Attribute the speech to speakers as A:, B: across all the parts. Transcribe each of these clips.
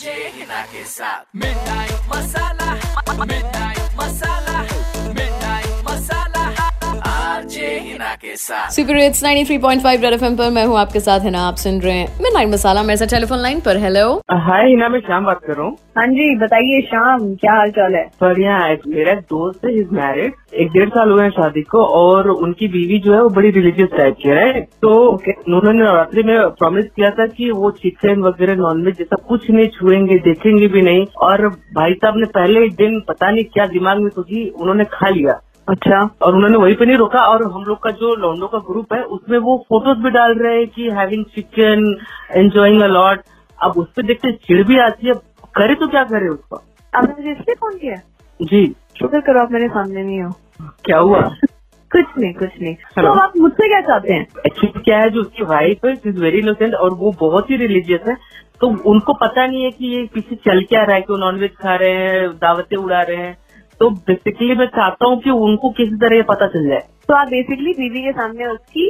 A: जे हिना के साथ मिठाई मसाला मिठाई मसाला मिठाई मसाला आरजे हिना के साथ
B: सुपर इट्स 93.5 रेड एफएम पर मैं हूँ आपके साथ है ना आप सुन रहे हैं मिडनाइट मसाला मेरे साथ टेलीफोन लाइन पर हेलो
C: हाय हिना मैं श्याम बात कर रहा हूँ
D: हाँ जी बताइए शाम क्या हाल चाल है
C: पर यहाँ एक- मेरा एक दोस्त है इज मैरिड एक डेढ़ साल हुए हैं शादी को और उनकी बीवी जो है वो बड़ी रिलीजियस टाइप की है तो उन्होंने नवरात्रि में प्रॉमिस किया था कि वो चिकन वगैरह नॉनवेज जैसा कुछ नहीं छुएंगे देखेंगे भी नहीं और भाई साहब ने पहले ही दिन पता नहीं क्या दिमाग में सोची उन्होंने खा लिया
D: अच्छा
C: और उन्होंने वहीं पे नहीं रोका और हम लोग का जो लौंडो का ग्रुप है उसमें वो फोटोज भी डाल रहे हैं कि हैविंग चिकन एंजॉइंग अलॉट अब उस पर देखते चिड़ भी आती है करे तो क्या करे उसका
D: आपने मुझे इसलिए फोन किया
C: जी
D: शुक्र करो आप मेरे सामने नहीं हो
C: क्या हुआ
D: कुछ नहीं कुछ नहीं
C: हेलो।
D: तो अब आप मुझसे क्या चाहते हैं
C: एक्चुअली क्या है जो उसकी वाइफ है इज वेरी इनोसेंट और वो बहुत ही रिलीजियस है तो उनको पता नहीं है कि ये पीछे चल क्या रहा है कि वो नॉनवेज खा रहे हैं दावतें उड़ा रहे हैं तो बेसिकली मैं चाहता हूँ कि उनको किसी तरह ये पता चल जाए
D: तो आप बेसिकली बीवी के सामने उसकी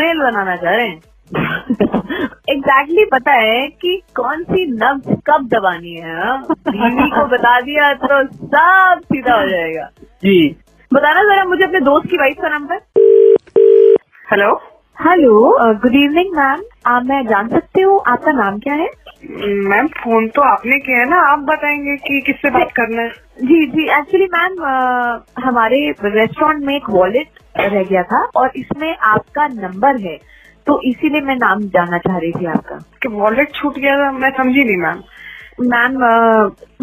D: रेल बनाना चाह रहे हैं एग्जैक्टली exactly पता है कि कौन सी नब्ज कब दबानी है हाँ? बीवी को बता दिया तो सब सीधा हो जाएगा
C: जी
D: बताना जरा मुझे अपने दोस्त की वाइफ का number
C: hello
D: hello good evening ma'am आप मैं जान सकती हूँ आपका नाम क्या है
E: मैम फोन तो आपने किया है ना आप बताएंगे कि किससे बात करना है
D: जी जी एक्चुअली मैम अ, हमारे रेस्टोरेंट में एक वॉलेट रह गया था और इसमें आपका नंबर है तो इसीलिए मैं नाम जानना चाह रही थी आपका
E: कि वॉलेट छूट गया था मैं समझी नहीं मैम
D: मैम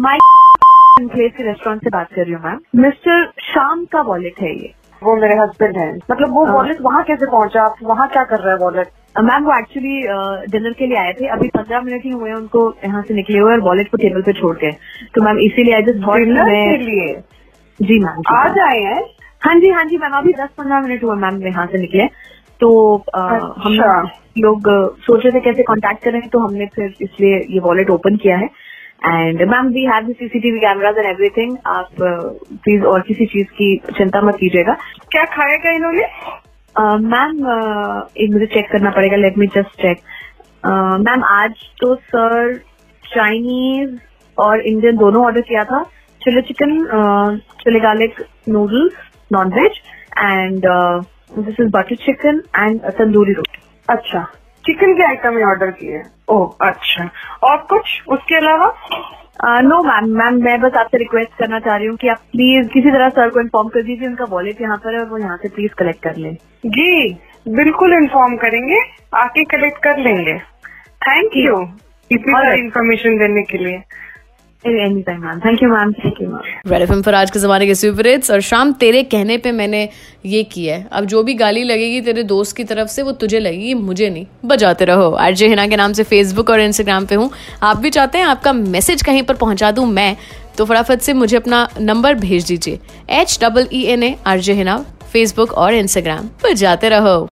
D: माई प्लेस uh, के रेस्टोरेंट से बात कर रही हूँ मैम मिस्टर शाम का वॉलेट है ये
E: वो मेरे हस्बैंड हैं मतलब वो
D: हाँ।
E: वॉलेट वहाँ कैसे पहुँचा आप वहाँ क्या कर रहा है वॉलेट
D: अ, मैम Uh, वो एक्चुअली डिनर के लिए आए थे अभी पंद्रह मिनट ही हुए हैं उनको यहाँ से निकले हुए और वॉलेट को टेबल पे छोड़ के तो मैम इसीलिए आई जस्ट
E: डिनर के लिए
D: जी मैम जी, मैम।
E: आज आए हैं
D: हाँ जी हाँ जी मैम अभी दस पंद्रह मिनट हुआ मैम यहाँ से निकले तो अ, हम
E: अच्छा।
D: लोग अ, सोच रहे थे कैसे कांटेक्ट करें तो हमने फिर इसलिए ये वॉलेट ओपन किया है and ma'am we have CCTV cameras and everything आप प्लीज और किसी चीज की चिंता मत कीजिएगा
E: क्या खाएगा इन्होंने
D: अ, मैम अ, एक मुझे चेक करना पड़ेगा let me just check ma'am आज तो सर चाइनीज और इंडियन दोनों ऑर्डर किया था chilli chicken chilli garlic noodles non veg and this is butter chicken and tandoori roti
E: अच्छा चिकन के आइटम ही ऑर्डर किए ओह अच्छा और कुछ उसके अलावा
D: नो मैम मैम मैं बस आपसे रिक्वेस्ट करना चाह रही हूँ कि आप प्लीज किसी तरह सर को इन्फॉर्म कर दीजिए उनका वॉलेट यहाँ पर है और वो यहाँ से प्लीज कलेक्ट कर लें
E: जी बिल्कुल इन्फॉर्म करेंगे आके कलेक्ट कर लेंगे थैंक यू इतनी
D: All
E: सारी
D: right.
E: इन्फॉर्मेशन देने के लिए
D: any time ma'am thank you ma'am thank you ma'am
B: red FM पर आज के जमाने के सुपर हिट्स और शाम तेरे कहने पे मैंने ये किया है अब जो भी गाली लगेगी तेरे दोस्त की तरफ से वो तुझे लगेगी मुझे नहीं बजाते रहो आरजे हिना के नाम से फेसबुक और इंस्टाग्राम पे हूँ आप भी चाहते हैं आपका मैसेज कहीं पर पहुंचा दूं मैं तो फटाफट से मुझे अपना नंबर E भेज दीजिए H double E N A RJ Hina Facebook और इंस्टाग्राम पर जाते रहो